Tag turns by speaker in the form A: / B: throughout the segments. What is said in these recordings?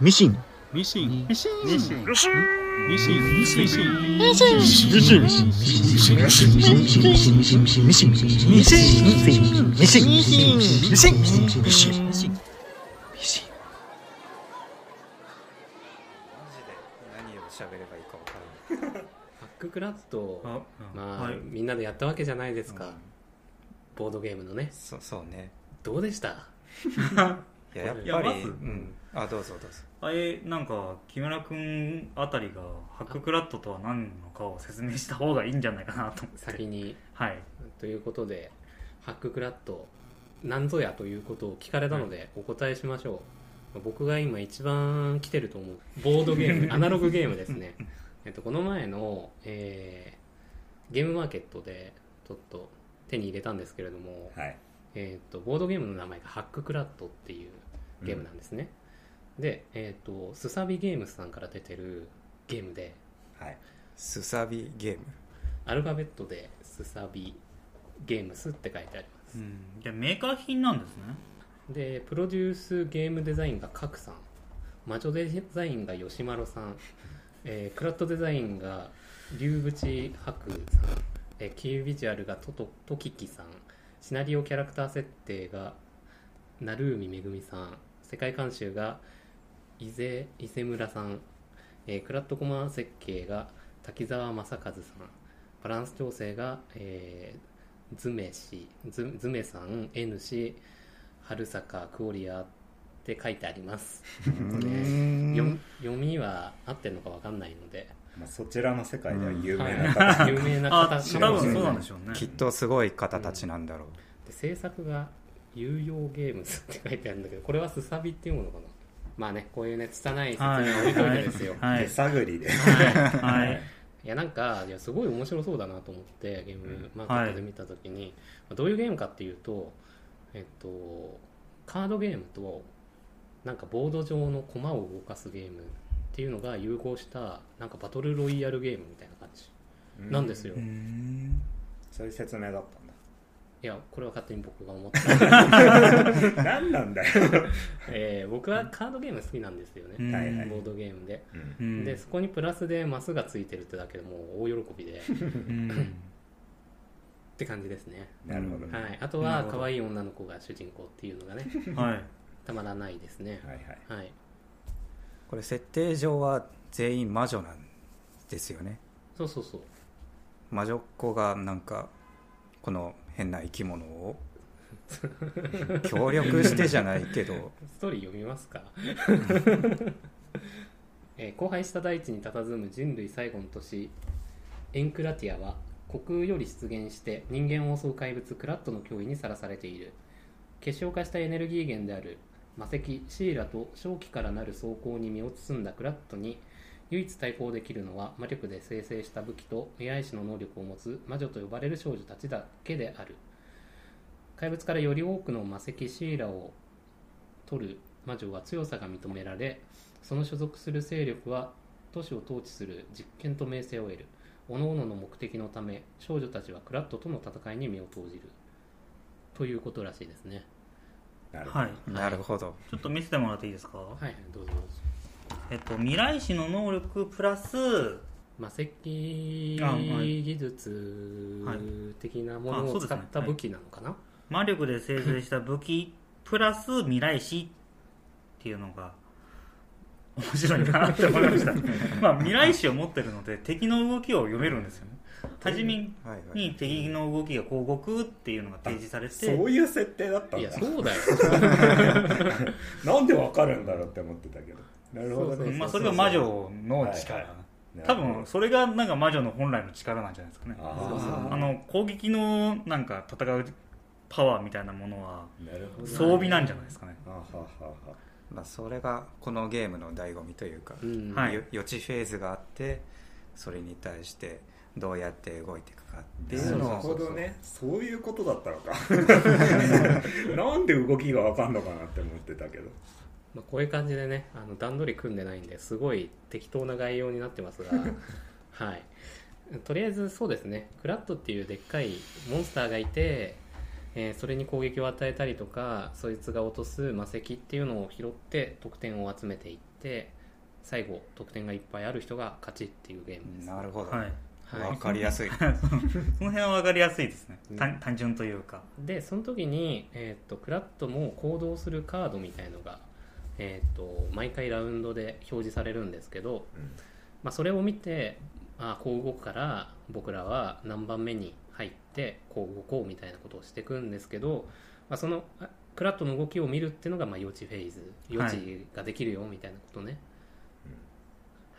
A: ミシン。
B: ミシン。ミシン。
C: ミシン。
D: ミシン
B: ミシン。ミシン。ミシン。
D: ミシン
A: ミシン。ミシン。ミシン。ミシン。ミシン。ミシン。ミシン。ミシン。ミシン。ミシン。ミシン。ミシン。ミシン。ミシン。ミシン。ミシン。ミシン。
C: マジで何を喋ればいいかわからない。
E: ハッククラッド
B: あ
E: まあ、
B: はい
E: みんなでやったわけじゃないですか、
C: うん
E: ボードゲームのね
C: そそうね。
E: どうでした
C: いや、やっぱり、
B: いやまず
C: うん。あ、どうぞどうぞ。
B: あえーなんか木村君あたりがハッククラットとは何なのかを説明した方がいいんじゃないかなと思って
E: 先に
B: はい
E: ということでハッククラッドなんぞやということを聞かれたのでお答えしましょう、僕が今一番来てると思うボードゲ ームアナログゲームですね、えっと、この前の、えーゲームマーケットでちょっと手に入れたんですけれども、
F: はい。
E: えー、とボードゲームの名前がハッククラッドっていうゲームなんですね、で、えー、とスサビゲームスさんから出てるゲームで
F: はい。
C: すさびゲーム。
E: アルファベットでスサビゲームスって書いてあります、
C: うん。
B: じゃあメーカー品なんですね
E: でプロデュースゲームデザインが賀来さん魔女デザインが吉丸さん、えークラッドデザインが龍淵博さん、えーキービジュアルがトトトキキさんシナリオキャラクター設定が成海めぐみさん世界観集が伊勢伊勢村さん、えークラッドコマ設計が滝沢正和さんバランス調整が、えー、ズメ氏ズズメさん N 氏春坂クオリアって書いてあります読読みは合ってるのか分かんないので
F: まあ、そちらの世界では有名 な方。
E: はい有名な
B: あ多
E: 形
B: 分そうなんでしょうね
C: きっとすごい方たちなんだろう。
E: で制作が「有用ゲームズ」って書いてあるんだけどこれはすさびっていうものかなまあねこういうね拙い説明
B: はい
E: を置いといてですよ、
B: はい
F: 手探りで。
B: はいはい
E: いやなんかいやすごい面白そうだなと思ってゲームマーケットで見た時に、まあどういうゲームかっていうと、えっと、カードゲームとなんかボード上の駒を動かすゲームっていうのが融合したなんかバトルロイヤルゲームみたいな感じなんですよ、
C: う
E: い
C: ん。
F: そういう説明だったんだ。
E: やこれは勝手に僕が思った、
F: 何なんだよ。
E: えー僕はカードゲーム好きなんですよね、
F: はいはい
E: ボードゲームで、
F: うん
B: うん
E: でそこにプラスでマスがついてるってだけでもう大喜びでっ
B: うん
E: て感じですね
F: なるほど。
E: は
F: はい
E: い、あと
B: なる
E: は
B: ほど
E: 可愛い女の子が主人公っていうのがね
B: はい
E: たまらないですね。
F: はい。
E: はい、
C: これ設定上は全員魔女なんですよね。
E: そうそうそう。
C: 魔女っ子がなんか、この変な生き物を協力してじゃないけど、
E: ストーリー読みますか。えー荒廃した大地に佇む人類最後の都市エンクラティアは虚空より出現して人間を襲う怪物クラットの脅威にさらされている結晶化したエネルギー源である魔石シーラと正気からなる装甲に身を包んだクラットに唯一対抗できるのは魔力で生成した武器と未来種の能力を持つ魔女と呼ばれる少女たちだけである怪物からより多くの魔石シーラを取る魔女は強さが認められその所属する勢力は都市を統治する実権と名声を得る各々の目的のため少女たちはクラットとの戦いに身を投じるということらしいですね
F: なるほど。
B: はい
C: なるほど。
B: ちょっと見せてもらっていいですか
E: はいどうぞどうぞ
B: えっと未来史の能力プラス
E: 魔石
B: あはい
E: 技術的なもの
B: あそ
E: を
B: うです
E: 使
B: ね
E: った武器なのかな、
B: 魔力で生成した武器プラス未来史っていうのが面白いなって思い ましたまあ未来史を持ってるので敵の動きを読めるんですよね多治見
C: はいはい。
B: に敵の動きがこう動くっていうのが提示されて
F: そういう設定だった
E: い
F: ん
E: や
F: だ。
E: そうだよ
F: なんでわかるんだろうって思ってたけど。なるほど
E: そう
F: ね。
B: まあ、それが魔女の力、
F: はい
B: 多分それがなんか魔女の本来の力なんじゃないですかね
F: あ
B: あの攻撃のなんか戦うパワーみたいなものは
F: あ。なるほど。
B: 装備なんじゃないですかね
F: あははは。
C: まあ、それがこのゲームの醍醐味というか、
E: うん
B: はい
C: よ予知フェーズがあってそれに対してどうやって動いていくかってい
F: な
C: う
F: る
C: の
F: ほ
C: を
F: どねそういうことだったの かなんで動きが分かんのかなって思ってたけど
E: まあ、こういう感じでねあの段取り組んでないんですごい適当な概要になってますがはいとりあえずそうですねクラットっていうでっかいモンスターがいてえーそれに攻撃を与えたりとかそいつが落とす魔石っていうのを拾って得点を集めていって最後得点がいっぱいある人が勝ちっていうゲームです、
C: なるほど、
B: はい、
E: は
C: わかりやすい
B: その辺は分かりやすいですね、
E: うん
B: 単単純というか
E: い、でその時に、えー、とクラットも行動するカードみたいのが、えー、と毎回ラウンドで表示されるんですけど、
F: うん
E: まあ、それを見てあこう動くから僕らは何番目に入ってこう動こうみたいなことをしていくんですけど、まあ、そのあクラットの動きを見るっていうのがまあ予知フェーズ予知ができるよみたいなことね、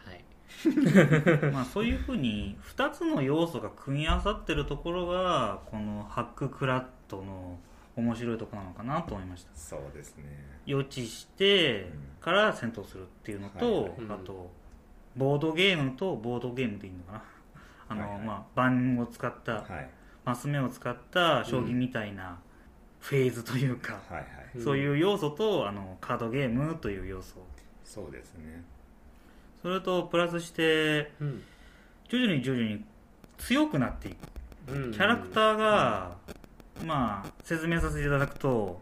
E: はい
B: まあそういうふうに2つの要素が組み合わさってるところがこのハッククラットの面白いところなのかなと思いました
F: そうですね
B: 予知して
F: うん
B: から戦闘するっていうの
F: はい
B: と、
F: はい
E: うん
B: あとボードゲームとボードゲームでいいのかなあの、
F: はいはい
B: まあ盤を使った、
F: はい
B: マス目を使った将棋みたいなフェーズというか、
F: はいはい
E: うん
B: そういう要素とあのカードゲームという要素
F: そうですね
B: それとプラスして
E: うん
B: 徐々に徐々に強くなっていく
E: うん
B: キャラクターが、まあ説明させていただくと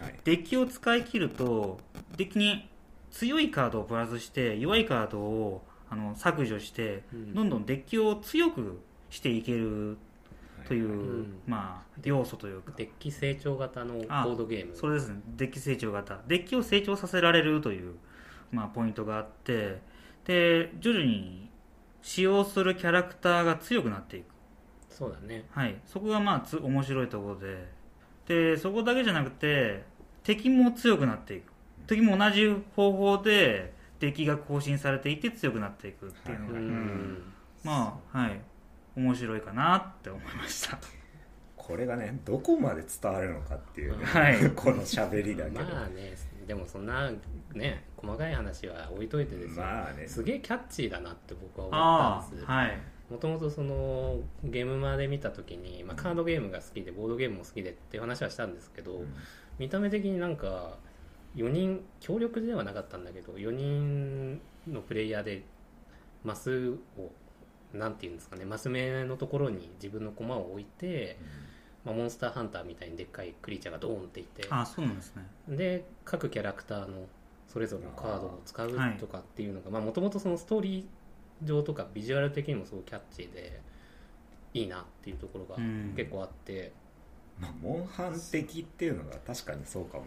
F: はい
B: デッキを使い切るとデッキに強いカードをプラスして弱いカードをあの削除して
E: うん
B: どんどんデッキを強くしていけるという、
E: うん
B: まあ要素というか
E: デッキ成長型のボ
B: あ
E: ードゲーム
B: それですねデッキ成長型デッキを成長させられるという、まあ、ポイントがあってで徐々に使用するキャラクターが強くなっていく、
E: そうだね
B: はい、そこがまあつ面白いところででそこだけじゃなくて敵も強くなっていく敵も同じ方法でデッキが更新されていって強くなっていくっていうの
E: う
B: が、
E: ん、
B: うんまあはい面白いかなって思いました
F: これがねどこまで伝わるのかっていうね、
B: はい
F: この喋りだけど、
E: まあねでもそんなね細かい話は置いといてですよ、
F: まあね
E: すげえキャッチーだなって僕は思
B: あ
E: ったんです
B: あはい
E: もともとそのゲームまで見た時に、まあ、カードゲームが好きでボードゲームも好きでっていう話はしたんですけど、
F: うん
E: 見た目的になんか4人協力ではなかったんだけど4人のプレイヤーでマスをなんていうんですかねマス目のところに自分の駒を置いて、まあ、モンスターハンターみたいにでっかいクリーチャーがドーンっていて
B: あそうなんですね
E: で各キャラクターのそれぞれのカードを使
B: あ
E: う
B: ーはい
E: とかっていうのがもともとそのストーリー上とかビジュアル的にもすごいキャッチーでいいなっていうところが
B: うん
E: 結構あって、
F: まあ、モンハン的っていうのが確かにそうかも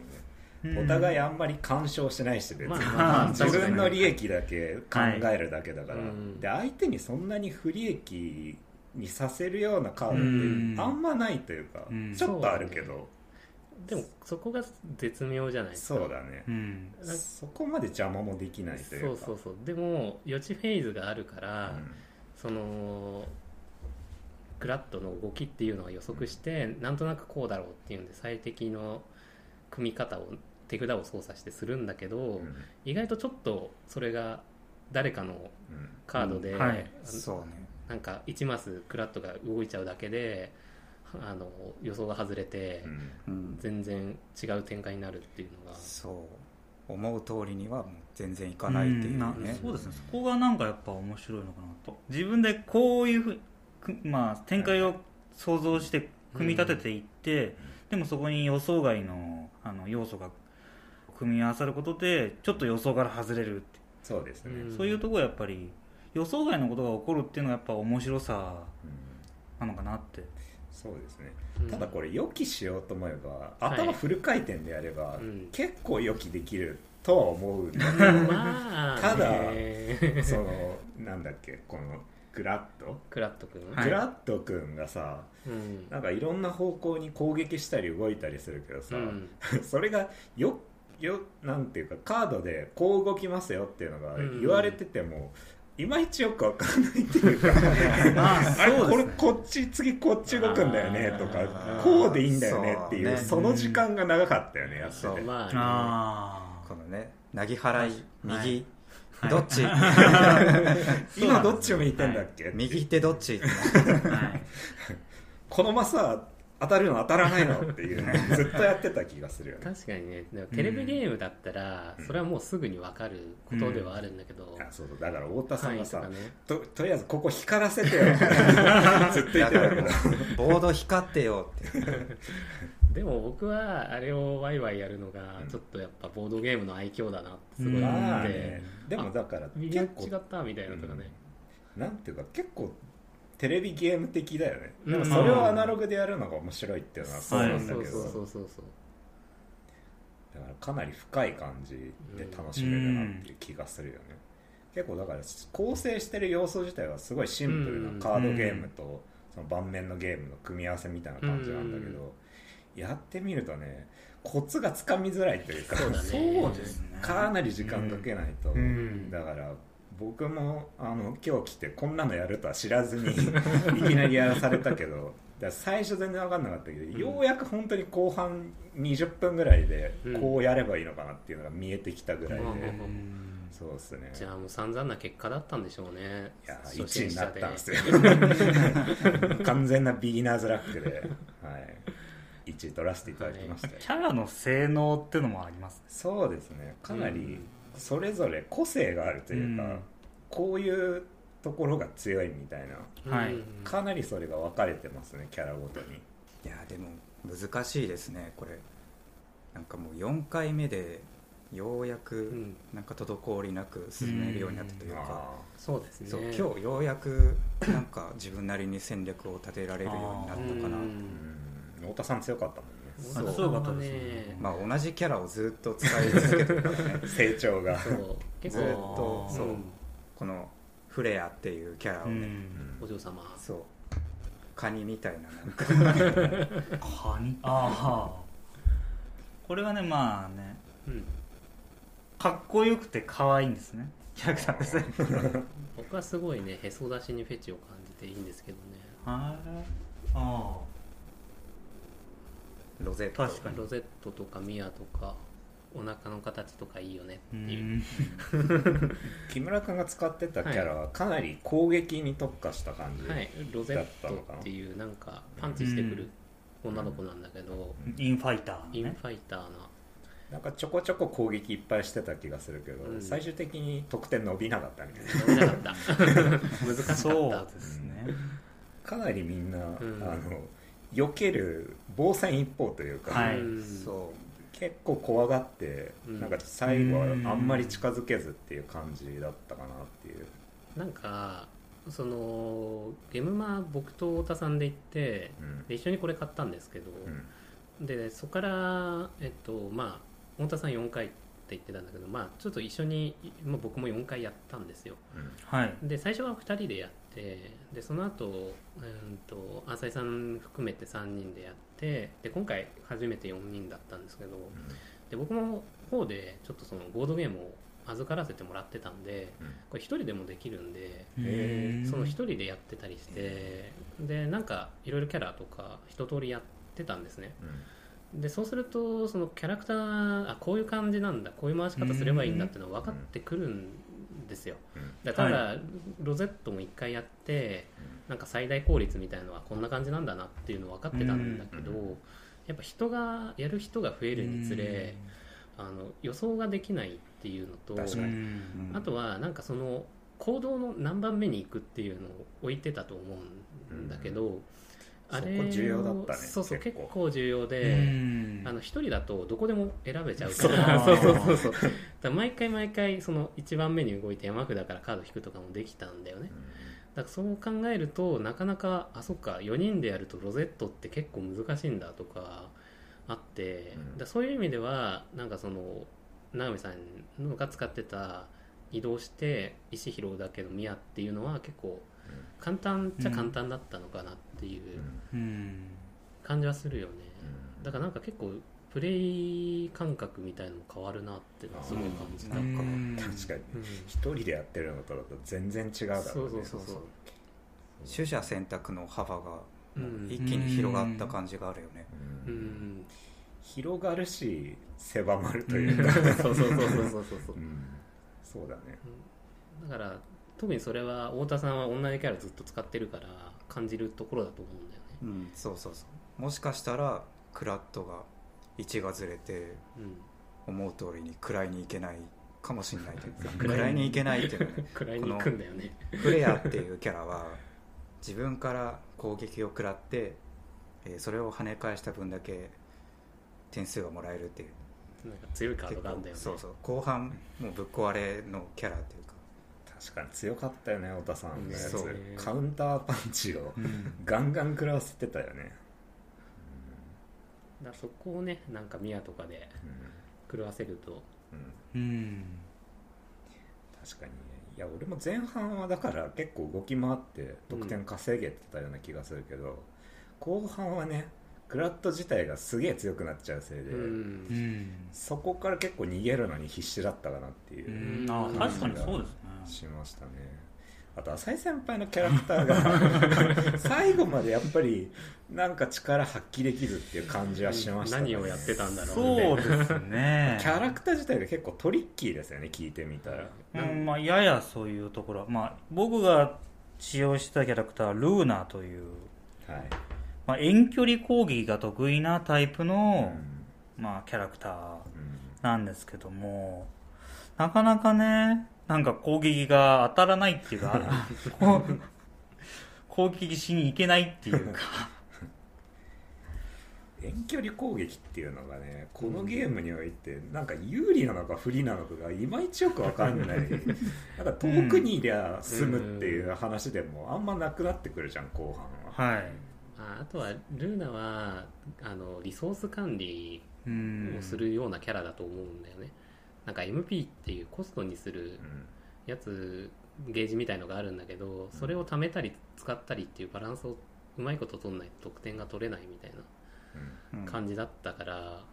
F: ね、お互いあんまり干渉してないし別に、
E: まあ
B: まあ
F: 自分の利益だけ考えるだけだから、
E: はいうん
F: で相手にそんなに不利益にさせるようなカード
B: ん
F: ってあんまないというか、
B: うん
F: ちょっとあるけど
E: でもそこが絶妙じゃないですか
F: そうだね、
B: うん
E: なんか
F: そこまで邪魔もできないという
E: そう
F: か
E: そうそうでも予知フェーズがあるから、
F: うん
E: そのクラットの動きっていうのは予測して、なんとなくこうだろうっていうんで最適の組み方を手札を操作してするんだけど、
F: うん
E: 意外とちょっとそれが誰かの
F: うん
E: カードで、
B: うんはい
E: あの
C: そうね
E: なんか1マスクラットが動いちゃうだけであの予想が外れて、
F: うん
C: うん
E: 全然違う展開になるっていうのが
C: そう思う通りにはもう全然いかないっていう
B: な
C: ね
B: そうですねそこがなんかやっぱ面白いのかなと自分でこういうふうくまあ展開を想像して組み立てていって、でもそこに予想外のあの要素が組み合わさることでちょっと予想から外れるって、
F: そうですね、
E: う
F: うん
B: そういうところやっぱり予想外のことが起こるっていうのがやっぱ面白さ
F: ん
B: なのかなって
F: そうですね
E: うん
F: ただこれ予期しようと思えば、
E: い
F: 頭フル回転でやれば、
E: うん
F: 結構予期できるとは思うんだけど
E: まあ
F: ただ
E: ね
F: そのなんだっけこのグラット、
E: クラットくん、
B: はい
F: グラットくんがさ
E: うん
F: なんかいろんな方向に攻撃したり動いたりするけどさ、
E: うん
F: それがよよなんていうかカードでこう動きますよっていうのが
E: うん
F: 言われてても、いまいちよくわかんないっていうか
B: まあ
F: あれ
B: そうで
F: これ
B: すね
F: こっち次こっち動くんだよねと
E: あ
F: か
E: ー
F: こうでいいんだよねっていうそ
C: そうね
F: の時間が長かったよねやってて、
C: そう
E: まあ、ね、
B: あ
C: このねなぎ払い
B: はい
C: 右、
B: はい
C: どっち、
F: 今どっち向いてんだっけ、
C: 右手どっち
B: あ、はい、
F: このまさ当たるの当たらないのっていうねずっとやってた気がするよね
E: 確かにねでもテレビゲームだったら、
F: うん
E: それはもうすぐに分かることではあるんだけど、
F: あそうそうだから太田さ
E: 範
F: ん
E: 囲
F: が
E: とか
F: さ、
E: ね
F: ととりあえずここ光 らせてよずっと言って
C: だ
F: た
C: から
F: けど
C: もうボード光ってよって
E: でも僕はあれをワイワイやるのが
F: うん
E: ちょっとやっぱボードゲームの愛嬌だなってすごい思
F: ま
E: っ
F: あ
E: て
F: ねでもだから
E: 微妙
F: 結
E: に
F: 構
E: 違ったみたいなとかね、
F: なんていうか結構テレビゲーム的だよねで
E: う
F: も
E: ん
F: それをアナログでやるのが面白いっていうのは
E: そ
F: そうう
B: は
F: ないんだ
E: そう
F: けど
E: そうそうそうそう
F: だからかなり深い感じで楽しめるなっていう気がするよね、結構だから構成してる要素自体はすごいシンプル
E: うん
F: なカードゲームとその盤面のゲームの組み合わせみたいな感じなんだけど、やってみるとねコツがつかみづらいというか
E: そうだね
B: そうですね
F: かなり時間かけないと、
B: うん
F: だから僕もあの今日来てこんなのやるとは知らず にいきなりやらされたけどだから最初全然分かんなかったけど、
E: ん
F: ようやく本当に後半20分ぐらいで
E: うん
F: こうやればいいのかなっていうのが見えてきたぐらいで、
E: うんうん
B: う
E: うん
B: ん
F: そうですね
E: じゃあもう散々な結果だったんでしょうね
F: いや
E: 初
F: 1
E: 心
F: 位にな
E: 者
F: っ
E: で
F: たんですよ 完全なビギナーズラックで、はい、1位取らせていただきましたよ、
B: キャラの性能ってのもありますね
F: そうですねかな
E: うん
F: りそれぞれ個性があるというか、
B: うん
F: こういうところが強いみたいな
B: はい
E: うん
F: かなりそれが分かれてますねキャラごとに
C: いやでも難しいですねこれなんかもう4回目でようや
E: う
C: く
E: ん
C: なんか滞りなく進めるようになったというか、
E: そうですね
C: そう今日ようやく なんか自分なりに戦略を立てられるようになったかな、
E: うん
F: うん太田さん強かったもん
E: 太
F: ね
E: 田さんは
B: そう強かったですね
C: まあ、同じキャラをずっと使い続けてるからね
F: 成長が
E: そう結
C: ずっと
E: 構
B: あー
C: そうんこのフレアっていうキャラを
B: う
C: ね、
B: ん
E: お嬢様
C: そうカニみたいななんか
B: カニああこれはねまあね
E: うん
B: かっこよくて可愛いんですねキャラクターですね
E: 僕はすごいねへそ出しにフェチを感じていいんですけどね
B: はいああ
C: ロゼット
B: 確かに
E: ロゼットとかミアとかお腹の形とかいいよね
B: う
E: っていう、
B: ん
F: 木村君が使ってたキャラはかなり攻撃に特化した感じ、
E: はいロゼットっていうなんかパンチしてくる女の子なんだけど、
B: インファイターの
E: イン
B: ね
E: ファイターな
F: なんかちょこちょこ攻撃いっぱいしてた気がするけど、
E: うん
F: 最終的に得点伸びなかったみたい な
E: 伸びなかった難しかった
B: そうですね
F: かなりみんな、
E: ん
F: あの避ける防戦一方というか、
B: はい
E: うん
C: そ
F: 結構怖がって、
E: うん
F: なんか最後はあんまり近づけずっていう感じだったかなっていう、
E: なんかそのゲムマ僕と太田さんで行って
F: うん
E: で一緒にこれ買ったんですけど、
F: うん
E: でそこからえっとまあ太田さん4回って言ってたんだけどまあちょっと一緒に、まあ、僕も4回やったんですよ
F: うん
B: はい
E: で最初は2人でやってでその後うんと浅井さん含めて3人でやってで今回初めて4人だったんですけどで僕も方でちょっとそのボードゲームを預からせてもらってたんで
F: うん
E: これ1人でもできるんで
F: え
E: その1人でやってたりしてでなんかいろいろキャラとか一通りやってたんですね
F: うん
E: でそうするとそのキャラクターあこういう感じなんだこういう回し方すればいいんだっていうのは分かってくるんですよ
F: うん
E: だから、ロゼットも一回やってなんか最大効率みたいのはこんな感じなんだなっていうの分かってたんだけど、
F: うんう
E: やっぱ人がやる人が増えるにつれあの予想ができないっていうのと
F: 確
B: う
F: かに
B: ん
E: あとはなんかその行動の何番目に行くっていうのを置いてたと思うんだけど、あれを
F: そこ重要だったね
E: そうそう結
F: 結構
E: 構重要で。
B: うん
E: あの一人だとどこでも選べちゃうか
B: そう
E: らそうそうそう そうだから毎回毎回その1番目に動いて山札からカード引くとかもできたんだよねだからそう考えるとなかなかあそっか4人でやるとロゼットって結構難しいんだとかあって、
F: うん
E: だからそういう意味ではなんかその永見さんのが使ってた移動して石拾うだけの宮っていうのは結構簡単っちゃ簡単だったのかなっていう
F: うんうん
B: うん
E: 感じはするよね、
F: うん
E: だからなんか結構プレイ感覚みたいのも変わるなっていうのはすごい感じた、
F: あー
E: うん
B: うん
F: 確かに一人でやってるのとだと全然違うから、ね、
E: そうそうそうそう
C: う取捨選択の幅が
E: うん
C: 一気に広がった感じがあるよね、
F: うん
E: うん
F: 広がるし狭まるというか、
E: そうそうそうそうそうそう
F: うんそうだね
E: だから特にそれは太田さんは同じキャラずっと使ってるから感じるところだと思うんだよね
C: うんそうそうそうもしかしたらクラットが1がずれて思う通りに位に行けないかもしれないと いうか位に行けないっていうのはね
E: うん位に行くんだよね
C: フレアっていうキャラは自分から攻撃を食らって、えーそれを跳ね返した分だけ点数がもらえるっていう
E: なんか強いカード
C: 結
E: があ
C: 構
E: るんだよね
C: そうそう後半もうぶっ壊れのキャラというか
F: 確かに強かったよね太田さんのやつ、
C: そう
F: カウンターパンチをガンガン食らわせてたよね、
E: だからそこをねなんかミアとかで狂わせると
F: うんうん、
B: うん
F: 確かにねいや俺も前半はだから結構動き回って得点稼げてたような気がするけど、後半はねクラット自体がすげえ強くなっちゃうせいで、
E: うん
B: う、ん
F: そこから結構逃げるのに必死だったかなっていううん
B: あ確かにそうですね
F: しましたねあと浅井先輩のキャラクタ ーが最後までやっぱりなんか力発揮できるっていう感じはしましたね
E: 何をやってたんだろう
B: そうですね
F: キャラクター自体が結構トリッキーですよね聞いてみたら
B: うんまあ、ややそういうところは、まあ、僕が使用してたキャラクターはルーナという、
F: はい、
B: まあ、遠距離攻撃が得意なタイプ
F: う
B: の、
F: ん
B: まあ、キャラクター
F: うん
B: なんですけどもなかなかねなんか攻撃が当たらないっていうか こう攻撃しに行けないっていうか
F: 遠距離攻撃っていうのがねこのゲームにおいてなんか有利なのか不利なのかがいまいちよくわかんないなんか遠くにいりゃ済むっていう話でもあんまなくなってくるじゃん後半は、
B: はい
E: まあ、あとはルーナはあのリソース管理
B: うん
E: をするようなキャラだと思うんだよね、なんか MP っていうコストにする
F: うん
E: やつゲージみたいのがあるんだけどそれを貯めたり使ったりっていうバランスをうまいこと取んないと得点が取れないみたいな感じだったから、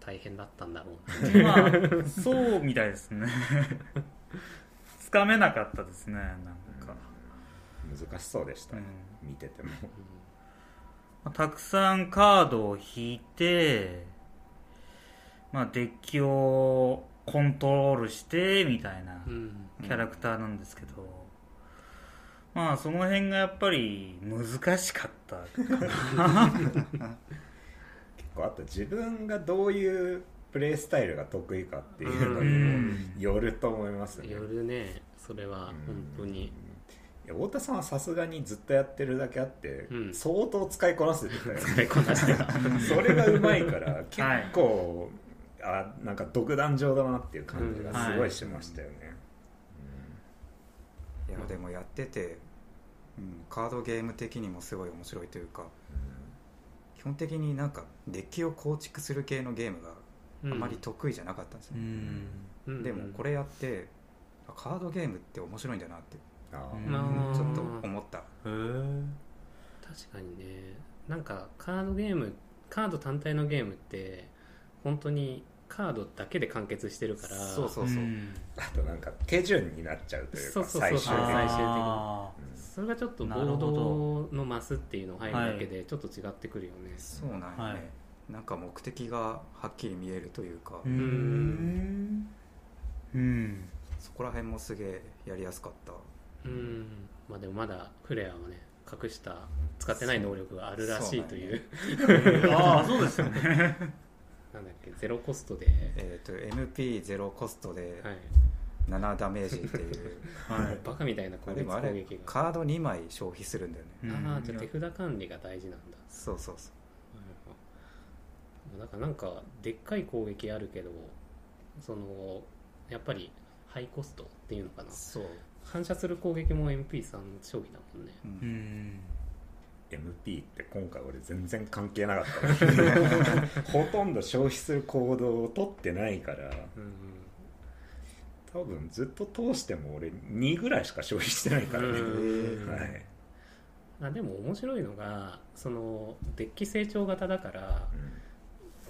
E: 大変だったんだろう
B: うんまあそうみたいですねつかめなかったですねなんか、
F: うん難しそうでした、
B: うん
F: 見てても
B: まあたくさんカードを引いて、まあ、デッキをコントロールしてみたいな、
E: な、うん
B: キャラクターなんですけど、まあその辺がやっぱり難しかった
F: 結構あと自分がどういうプレイスタイルが得意かっていうの
E: う
F: にも
B: ん
F: よると思いますね
E: 夜ねそれは本当に、
F: いや太田さんはさすがにずっとやってるだけあって、
E: うん
F: 相当使いこなせてたよね
E: 使いこなしてた
F: それがうまいから結構、あなんか独壇場だなっていう感じがすごいしましたよね、
C: いやでもやってて、うん、カードゲーム的にもすごい面白いというか基本的になんかデッキを構築する系のゲームがあまり得意じゃなかったんですよ、
B: うん
E: うん
C: でもこれやってあカードゲームって面白いんだなって
F: うんあー
B: うん
E: まあ
C: ちょっと思った
B: へー
E: 確かにねなんかカードゲームカード単体のゲームって本当にカードだけで完結してるから
C: そうそうそう、
B: ん
F: あとなんか手順になっちゃうというか
E: そうそうそう
F: 最終的に
E: 最終的に
B: あー
E: それがちょっとボ
B: なるほ
E: ードのマスっていうの入るだけでちょっと違ってくるよね、
C: そうなんよね、
B: はい
C: なんか目的がはっきり見えるというか、
B: うんうん
C: そこら辺もすげえやりやすかった
E: うんまあでもまだフレアはね隠した使ってない能力があるらしいという
B: ああそうですよね
E: なんだっけゼロコストで、
C: えっ、と MP0 コストで
E: はい
C: 7ダメージって いう、
B: はい
E: バカみたいな攻
C: で
E: 撃
C: もあ
E: 攻
C: れ
E: 撃があ
C: カード2枚消費するんだよね、
E: あーじゃあ手
B: う
E: 札管理が大事なんだ
C: そうそうそう
E: なんかなんかでっかい攻撃あるけどそのやっぱりハイコストっていうのかな
C: そう、
E: 反射する攻撃も MP さん消費だもんね
C: うん
B: ん
F: MP って今回俺全然関係なかった ほとんど消費する行動を取ってないから
E: うん
F: 多分ずっと通しても俺2ぐらいしか消費してないからね、
E: うん
F: はい、
E: あでも面白いのがそのデッキ成長型だから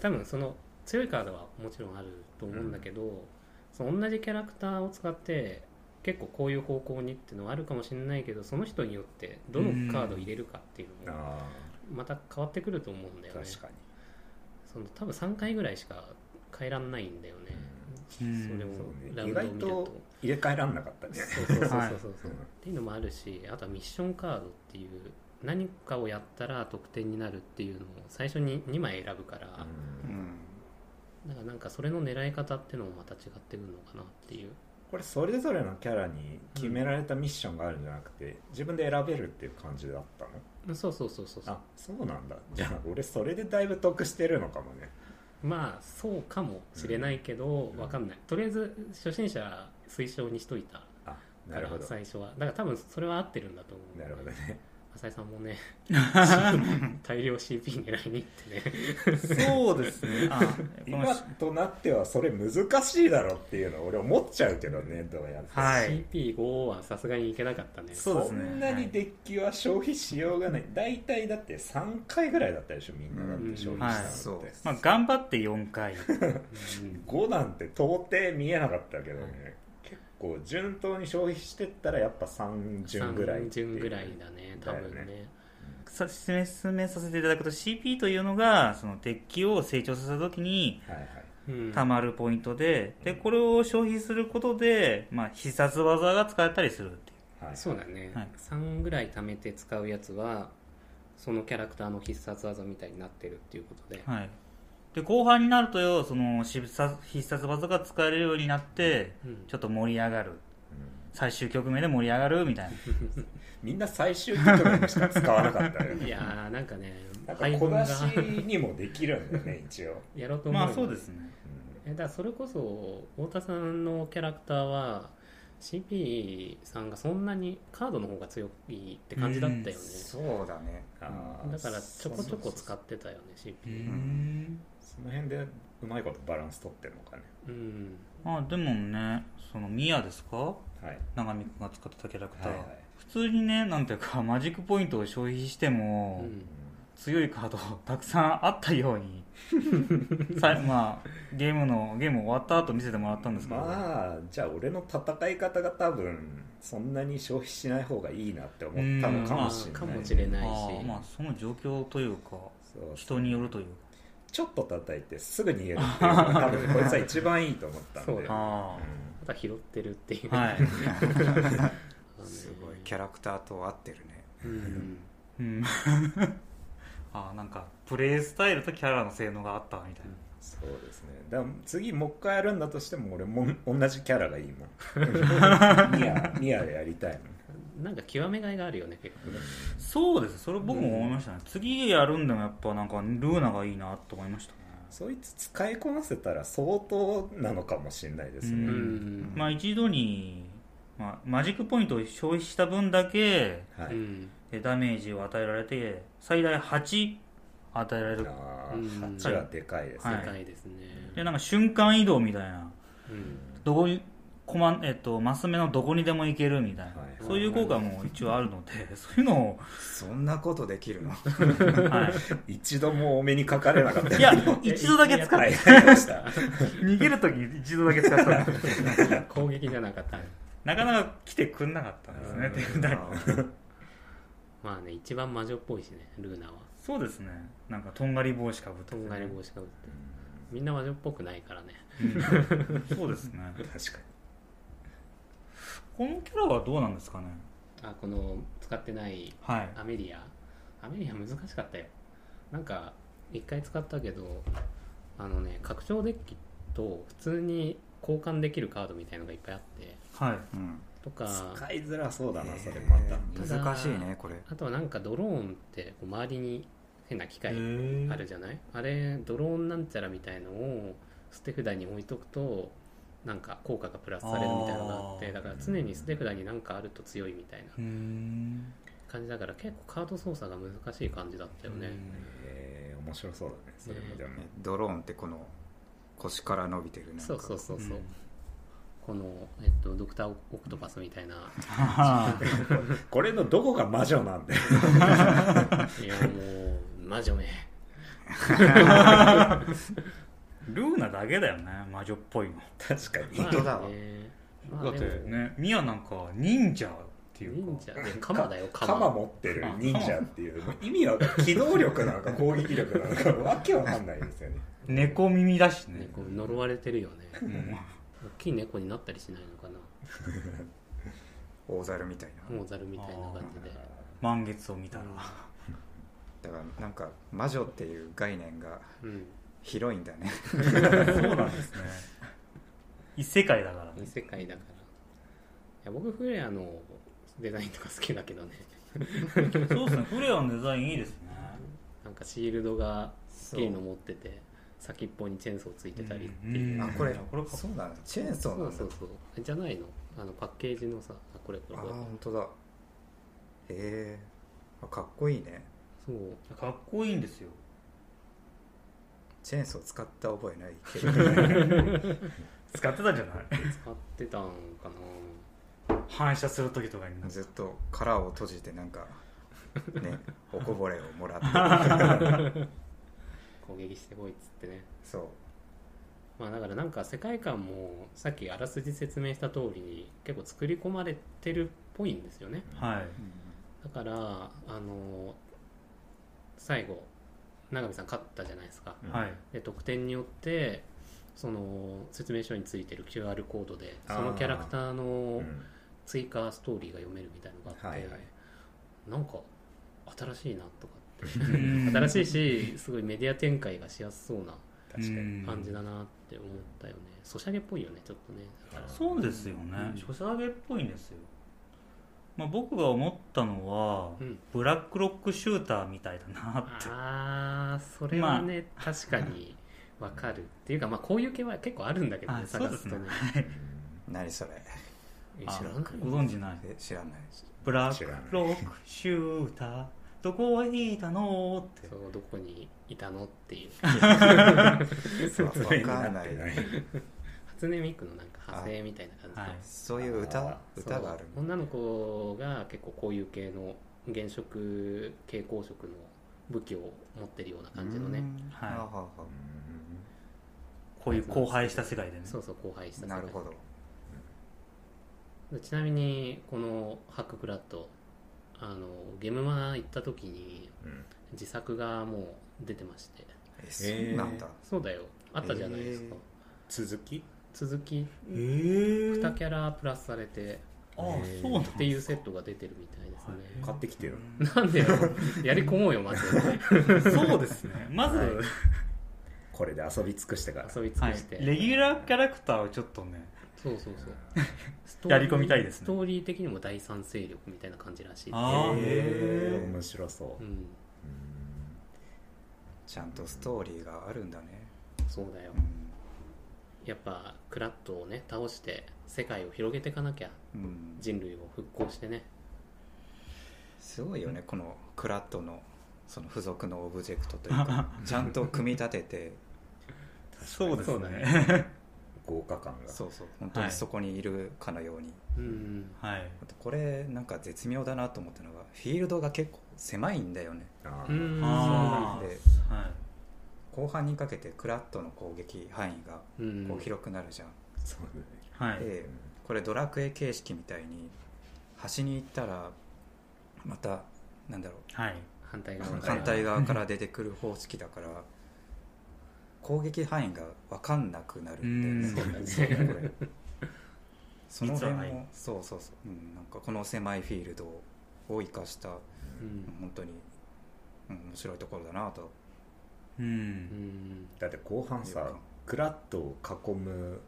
E: 多分その強いカードはもちろんあると思うんだけど、その同じキャラクターを使って結構こういう方向にっていうのはあるかもしれないけどその人によってどのカードを入れるかっていう
F: うん、
E: のも
F: あ
E: また変わってくると思うんだ
F: ー
E: よね
F: 確かに
E: その多分3回ぐらいしか変えらんないんだよね、
B: うん
E: それを
F: そう
E: ラ
F: ね
E: ウ
F: 意
E: ンドを見る
F: 外と
E: と。
F: 入れ替えらんなかったね
E: そうそうそうそうそう、
B: はい
E: っていうのもあるしあとはミッションカードっていう何かをやったら得点になるっていうのを最初に2枚選ぶから、
F: うん
C: うん
E: だからなんかそれの狙い方っていうのもまた違ってくるのかなっていう
F: これそれぞれのキャラに決められたミッションがあるんじゃなくて、自分で選べるっていう感じだったの
E: そうそうそうそうそう
F: あそうなんだじゃあ俺それでだいぶ得してるのかもね
E: まあそうかもしれないけど、
F: うん
E: わかんないとりあえず初心者推奨にしといた
F: あ
E: か
F: なる
E: ら
F: ほど
E: 最初はだから多分それは合ってるんだと思う
F: なるほどね
E: 浅井さんもね大量 CP 狙いに行ってね
B: そうですね。あこの
F: 今となってはそれ難しいだろっていうの俺思っちゃうけどねどうやって、
B: はい
E: CP5 はさすがにいけなかったね
B: そうですね
F: んなにデッキは消費しようがない、大体だって3回ぐらいだったでしょみんなだって消費したのって、
C: うんはい
B: まあ、頑張って4回。
E: うん
F: 5なんて到底見えなかったけどね、結構順当に消費してったらやっぱ3巡ぐらい
E: 3
F: ってう
E: 巡ぐらいだね多分ね
F: だよね
B: さ説明させていただくと CP というのが、そのデッキを成長させたときに、
F: はいはい
E: うん
B: たまるポイントで、で、
F: うん
B: これを消費することで、まあ、必殺技が使えたりするっていう。
F: はいはい
E: そうだね、
B: はい
E: 3ぐらい貯めて使うやつはそのキャラクターの必殺技みたいになってるっていうことで、
B: はい。で、後半になるとよ、その、必殺必殺技が使えるようになって、
E: うん
B: ちょっと盛り上がる。
F: うん
B: 最終局面で盛り上がるみたいな。
F: みんな最終局面にしか使わなかったよ
E: いやーなんかね
F: なんか
E: 配
F: 小
E: 分
F: 出
E: が
F: しにもできるんだよね一応、
E: やろうと思え
B: ま
E: ば
B: あ、そうですね。
F: うん
E: えだからそれこそ太田さんのキャラクターは CP さんがそんなにカードの方が強いって感じだったよね、
C: そうだね
F: あー
E: だからちょこちょこ
F: そうそうそ
E: 使
F: う
E: ってたよね CP
B: ん。
F: その辺でうまいことバランス取ってるのかね
E: うん
B: まあ、でもね、その、ミアですか
F: はい
B: 長見君が使ってたキャラクター、
F: はいはい
B: 普通にねなんていうか マジックポイントを消費して
E: う
B: も、
E: ん
B: 強いカードたくさんあったように さまあゲームのゲーム終わった後見せてもらったんですけど、
F: まあじゃあ俺の戦い方が多分そんなに消費しない方がいいなって思ったのかもしれな
E: うん
F: い、
E: まあかもしれない
B: あーまあその状況というか
F: そうそう
B: 人によるというか
F: ちょっと叩いてすぐ逃げるっていうの が多分こいつは一番いいと思ったんで
E: そうだ
B: あ
E: ただ拾ってるっていう、
B: あ はい、
E: あのね
C: すごいキャラクターと合ってるね
E: うん
B: うん、 ああなんかプレイスタイルとキャラの性能があったみたいな、
F: そうですねだから次もう一回やるんだとしても俺も同じキャラがいいも んニアニアでやりたい
E: なんか極めがいがあるよね結構ね
B: そうですそれ僕も思いましたね、次やるんでもやっぱなんかルーナがいいなと思いましたね
F: そいつ使いこなせたら相当なのかもしれないですね、
B: う
E: うんん
B: まあ一度に、まあ、マジックポイントを消費した分だけ
F: はい、
E: うん
B: えダメージを与えられて最大8与えられる
F: あ
E: うん
F: ー8はでかいですね、
B: はい
E: でかいですね、
B: でなんか瞬間移動みたいな
E: うん
B: どこにコマンえっと、マス目のどこにでも行けるみたいな、
F: はい
B: そういう効果も一応あるので そういうのを、
C: そんなことできるの
B: は
F: 一度もお目にかかれなかった
B: い、いや一度だけ使った
F: はいやりました
B: 逃げる時一度だけ使った
E: 攻撃じゃなかった
B: なかなか来てくんなかったんですね手札に
E: まあね一番魔女っぽいしねルーナは
B: そうですねなんかとんがり帽子かぶって
E: とんがり帽子かぶってみんな魔女っぽくないからね
B: うんそうですね
F: 確かに
B: このキャラはどうなんですかね
E: あこの使ってない
B: はい
E: アメリアアメリア難しかったよなんか一回使ったけどあのね拡張デッキと普通に交換できるカードみたいのがいっぱいあって
B: はい
C: うん
E: とか
F: 使いづらそうだなそれ
C: えー
F: また、
C: 難しいねこれ
E: あとはなんかドローンってこう周りに変な機械
B: へー
E: あるじゃないあれドローンなんちゃらみたいのを捨て札に置いとくとなんか効果がプラスされるみたいなのがあって
B: あー
E: だから常に捨て札になんかあると強いみたいな
B: うーん
E: 感じだから結構カード操作が難しい感じだったよね
F: えー面白そうだねそれもでも、
C: ねドローンってこの腰から伸びてるなんか
E: そうそうそうそう、
B: うん
E: この、えっと、ドクター・オクトパスみたいな
B: はは
F: これのどこが魔女なんだよ
E: いやもう魔女め
B: ルーナだけだよね魔女っぽいの
F: 確かに、
C: 本当だわ
E: まあねまあ
F: だ
E: で
F: って
E: も
B: ねミアなんか忍者っていうか
E: 忍者でカマだよカ
F: 鎌
E: マ
F: 持ってる忍者っていう意味は機能力なのか攻撃力なのかわけわかんないですよね
B: 猫耳だしね
E: ねこう呪われてるよね
B: うん
E: 大きい猫になったりしないのか
C: 大猿みたい
E: な
C: な
E: もうザルみたいな感じで
B: 満月を見たら
C: だからなんか魔女っていう概念が
E: うん
C: 広いんだね
B: そうなんですね異世界だから
E: 異
B: ね
E: 世界だからや僕フレアのデザインとか好きだけどね
B: そうですね、フレアのデザインいいですね。
E: なんかシールドがす
C: そ
E: げえ
C: う
E: の持ってて先っぽにチェーンソーついてたりって
B: うん
E: いううん
C: あこれ
B: これか
C: そうなのチェーンソーなんだ
E: そうそうそうじゃないのあのパッケージのさあこれこ
C: あ
E: れ
C: あ
E: これ
C: 本当だへえあかっこいいね
E: そう
B: かっこいいんですよ。
C: チェーンソー使った覚えないけ ど
B: 使ってたんじゃない
E: 使ってたんかな
B: 反射する時とかに。
C: ずっと殻を閉じてなんかねおこぼれをも らって
E: 攻撃してこいっつってね
C: そ、。
E: まあだからなんか世界観もさっきあらすじ説明した通りに結構作り込まれてるっぽいんですよね
B: はいう
E: だからあの最後永見さん勝ったじゃないですか
B: はい。
E: で得点によってその説明書についてる QR コードでそのキャラクター
F: う
E: の
F: ん
E: 追加ストーリーが読めるみたいのがあって、
F: はいはい
E: なんか新しいなとか
B: うん
E: 新しいしすごいメディア展開がしやすそうな
F: 確かに
E: 感じだなって思ったよねソシャゲっぽいよねちょっとねだから
B: そうですよね、初サゲっぽいんですよ、まあ、僕が思ったのは、
E: うん
B: ブラックロックシューターみたいだなって
E: あーそれはね、確かにわかるっていうかまあこういう系は結構あるんだけどね
B: あそう
E: 探
B: ですすね
E: とね
C: 何それ
E: え
B: あ
E: 知らない
B: ご存知ない
C: え知らない
B: ブラックロックシューターどこへいたのって
E: そうどこにいたのっていう
C: そうわ
F: 説明に
C: かん
F: な
C: な
F: っ
C: い
F: て ない
E: 初音ミクのなんか派生みたいな感じで、
B: はい
C: そういう歌
F: あ
C: 歌がある
E: そう女の子が結構こういう系の原色蛍光色の武器を持ってるような感じのね
C: うん
B: はい
C: あはは
B: こういう荒廃した世界でね
E: そうそう荒廃した世界
C: なるほど
E: でちなみにこのハッククラットあのゲムマ行った時に
F: うん
E: 自作がもう出てまして
C: えそうなんだ
E: そうだよあったじゃないですか、
C: へー
F: 続き
E: 続き
B: えー、
E: 2キャラプラスされて
B: ああそうなんだ
E: っていうセットが出てるみたいですね、
F: 買ってきてよ
E: なんでよやり込もうよまず
B: そうです ねまず、
E: は
F: これで遊び尽くしてから
E: 遊び尽
B: は
E: く
B: い
E: して、
B: レギュラーキャラクターをちょっとね
E: そうそうそうス ト
B: やり込みたいですね
E: ストーリー的にも第三勢力みたいな感じらしいです
B: あー
F: え
C: へー
F: 面白そううん
C: ちゃんとストーリーがあるんだね
E: そうだよ
C: う
E: やっぱクラットをね倒して世界を広げていかなきゃ
C: んうん
E: 人類を復興してね
C: すごいよねこのクラットのその付属のオブジェクトというかちゃんと組み立てて
B: そうです
E: そうだ
B: ね
F: 豪華感が
C: そうそう本当にそこにいるかのように、
E: うん
B: はい
C: あとこれなんか絶妙だなと思ったのがフィールドが結構狭いんだよね
F: あ
E: うん
F: ー
B: あ
C: で
B: あはい
C: 後半にかけてクラットの攻撃範囲が
E: うん
C: こう広くなるじゃん、
F: そうだね
B: はい、
C: でこれドラクエ形式みたいに端に行ったらまたなんだろ
B: はい、
E: 反対側
C: う
E: から
C: 反対側から出てくる方式だから攻撃範囲が分かんなくなるんだよ
B: う
C: ね
E: ん
C: そうだねこれその辺
B: 実ははい
C: もそうそうそう、うん、なんかこの狭いフィールドを生かした
E: うん
C: 本当に、うん、面白いところだなと
B: う、
E: うんん
F: だって後半
C: いい
F: さ
C: よ
F: クラットを囲む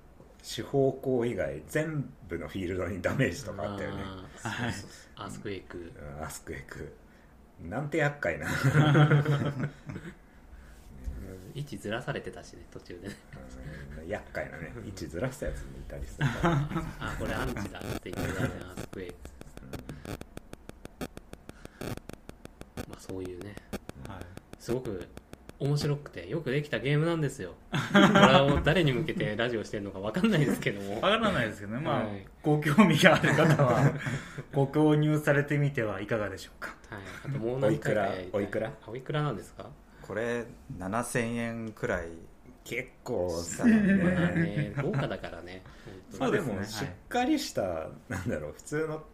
F: 四方向以外全部のフィールドにダメージとかあったよね
E: あー
B: はい
E: アースクエイク
F: うんアスクエクなんて厄介な
E: 位置ずらされてたしね途中でね
F: うん厄介 なね位置ずらしたやつもいたりするから
E: あこれアンチだって言ってたねアースクエイクまあそういうね
B: はい
E: すごく面白くてよくできたゲームなんですよこれを誰に向けてラジオしてるのか分かんないですけども
B: わからないですけどね、まあ、
E: はい
B: ご興味がある方 は、ご購入されてみてはいかがでしょうか。
E: はい、あともう何回か
F: おいくら
E: やりた
F: おいくら
E: あおいくらなんですか、
C: これ7000円くらい
F: 結構さ、
E: まあ
F: ね、
E: ね、豪華だからね
B: そ
E: 本
F: まあ
B: うで
F: です
B: ね
F: も
B: はい
F: しっかりした、なんだろう普通の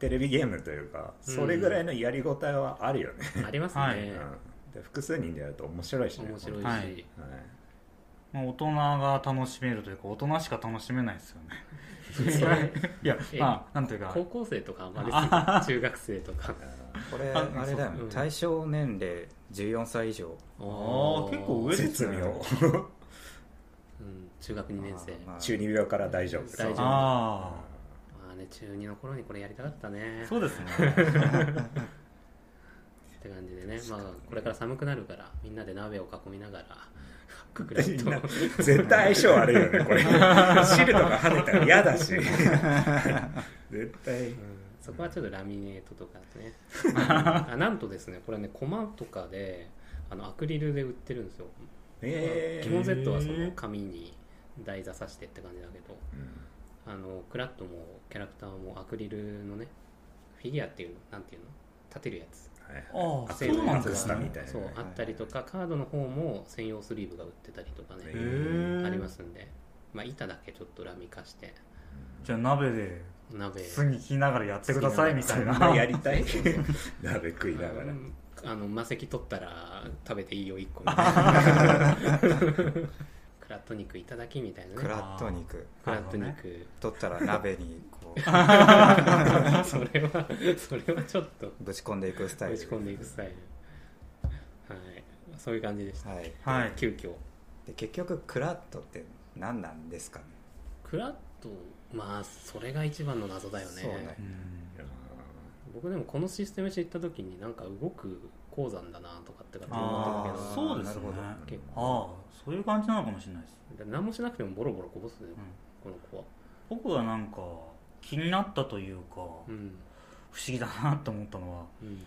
F: テレビゲームというかそれぐらいのやりごたえはあるよね、
E: 当にありますね、
B: はい
F: うんで複数人でやると面白いしね
E: 面白いし、
B: は
E: はい
B: いまあ、大人が楽しめるというか、大人しか楽しめないですよね。いや、まあ、なんというか
E: 高、校生とかあんまりすぎる中学生とか
C: これ
B: あ
C: あれだよね、
E: そううん
C: 対象年齢14歳以上
E: あ
B: ー結構
F: は
B: 上
F: い絶妙
E: うん、中学2年生
C: まあまあ
F: 中二病から大丈夫
E: 大丈夫
B: あ
E: まあね中2の頃にこれやりたかったね
B: そう ですね
E: って感じでねまあこれから寒くなるからみんなで鍋を囲みな がらクックラッと
F: 絶対相性悪いよねこれ 汁とか跳ねたら嫌だし絶対
E: そこはちょっとラミネートとか ねあなんとですねこれねコマとかであのアクリルで売ってるんですよ
F: え
E: 基
F: え
E: 本 Z はその紙に台座さしてって感じだけどあのクラットもキャラクターもアクリルのねフィギュアっていうのなんていうの立てるやつ
B: ああ
E: セ
B: そう
E: ー
B: なん
E: ブ
B: で
E: の
B: す
E: やつ
B: ね
E: が
F: みたいな
E: そうあったりとかカードの方も専用スリーブが売ってたりとかね
F: へ
B: ー
E: ありますんでまあ板だけちょっとラミ化して
B: じゃあ鍋で
E: 鍋
B: すぎきながらやってくださいみた
F: そ
B: い
F: ん
B: な
F: なやりたい鍋食いながら
E: うんあの魔石取ったら食べていいよ1個みたいなクラット肉いただきみたいなね
C: クラット肉
E: クラット肉
C: 取ったら鍋に こ
E: それはそれはちょっと
C: うぶち込んでいくスタイ
E: 打
C: ル
E: ち込んでいくスタイルはいそういう感じでした、
C: はい
B: はい
E: 急遽
C: で結局クラットって何なんですかね
E: クラッとまあそれが一番の謎だよね
C: そうね
B: うん
E: 僕でもこのシステム知った時になんか動く鉱山だなとかって勝手に思って
C: あー
B: そうですね
C: なるほど
B: あ
E: たけど結
B: あそういう感じなのかもしれないです、
E: 構何もしなくてもボロボロこぼすね
B: うん、
E: この子は
B: 僕はなんか気になったというか不
E: う
B: 思
E: ん
B: 議だなと思ったのは
E: うん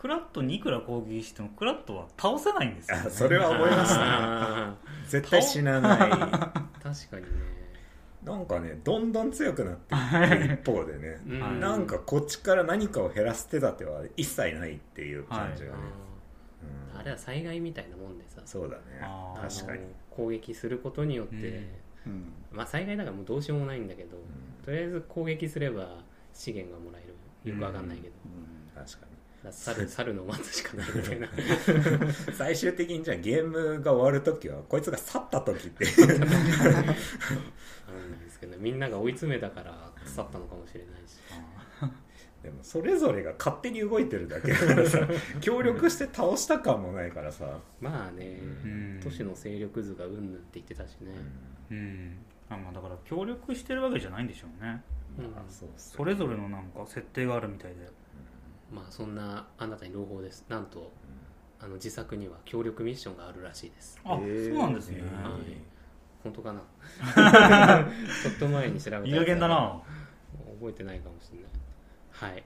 B: クラットにいくら攻撃してもクラットは倒せないんですよ、
F: あ
B: ね、
F: それは思いま すね
E: あ
F: 絶対死なない
E: ー 確かにね
F: なんかねどんどん強くなっていく一方でね
E: う
B: はい
F: なんかこっちから何かを減らす手立ては一切ないっていう感じがね、
E: あー
F: うん
E: あれは災害みたいなもんでさ
F: そうだね
B: あー
F: 確かに、うん
E: 攻撃することによって、
B: うん
C: うん
E: まあ災害だからもうどうしようもないんだけど、とりあえず攻撃すれば資源がもらえるよくわかんないけど、
C: うん
F: 確か
E: だから猿猿の待つしかないみたいな
F: に最終的にじゃあゲームが終わる時はこいつが去った時って
E: あるんですけどみんなが追い詰めたから腐ったのかもしれないし、
F: でもそれぞれが勝手に動いてるだけだからさ協力して倒した感もないからさ、
E: まあね、
B: うん
E: 都市の勢力図がうんぬんって言ってたしね、
B: うんあまあだから協力してるわけじゃないんでしょうね
E: うん
F: まあそうっす
B: それぞれのなんか設定があるみたいで
E: まあそんなあなたに朗報ですなんとあの自作には協力ミッションがあるらしいです
B: あ、そうなんですね、
E: は
F: ね
E: 本当 かなちょっと前に調べたやつ
B: いい加減だな
E: 覚えてないかもしれないはいっ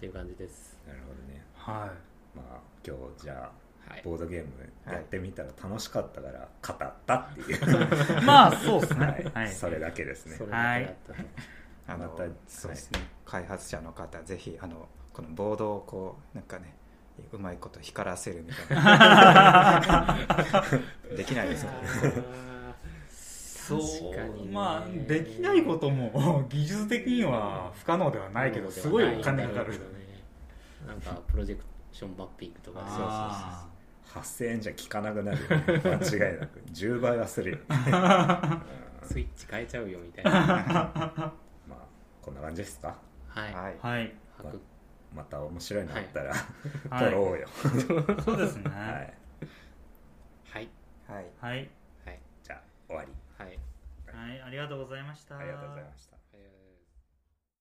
E: ていう感じです
F: なるほどね
B: は
F: まあ今日じゃ
E: は
F: あ
E: い
F: ボードゲームやってみたら楽しかったから語ったっていう、
B: いまあそうです
F: は
B: ね
F: い
B: はい
F: それだけですね
E: それだけだったの
C: あ
F: ま
C: の
F: た
C: そうですね開発者の方ぜひあのこのボードをこうなんかねうまいこと光らせるみたいな できないですか
E: あ
B: そう
E: 確かにね
B: まあできないことも技術的には不可能では
E: ー
B: ないけど
E: そう
B: す
E: で
B: ご
E: はいな
B: お金かかる
E: んだろうけどねなんかプロジェクションマッピングとかね
B: あ
F: 8000円じゃ効かなくなるよね間違いなく 10倍はするよねうん
E: スイッチ変えちゃうよみた いな
F: まあこんな感じですか
E: はい、
C: らはい
B: ーはい
E: はく
F: また面白いのあったら、
B: はい
F: 撮ろうよ
B: そうですね
F: はい、
E: はい
C: はい
B: はい
E: はい
F: じゃあ終わり
E: はい
B: はいありがとうございました
F: ありがとうございました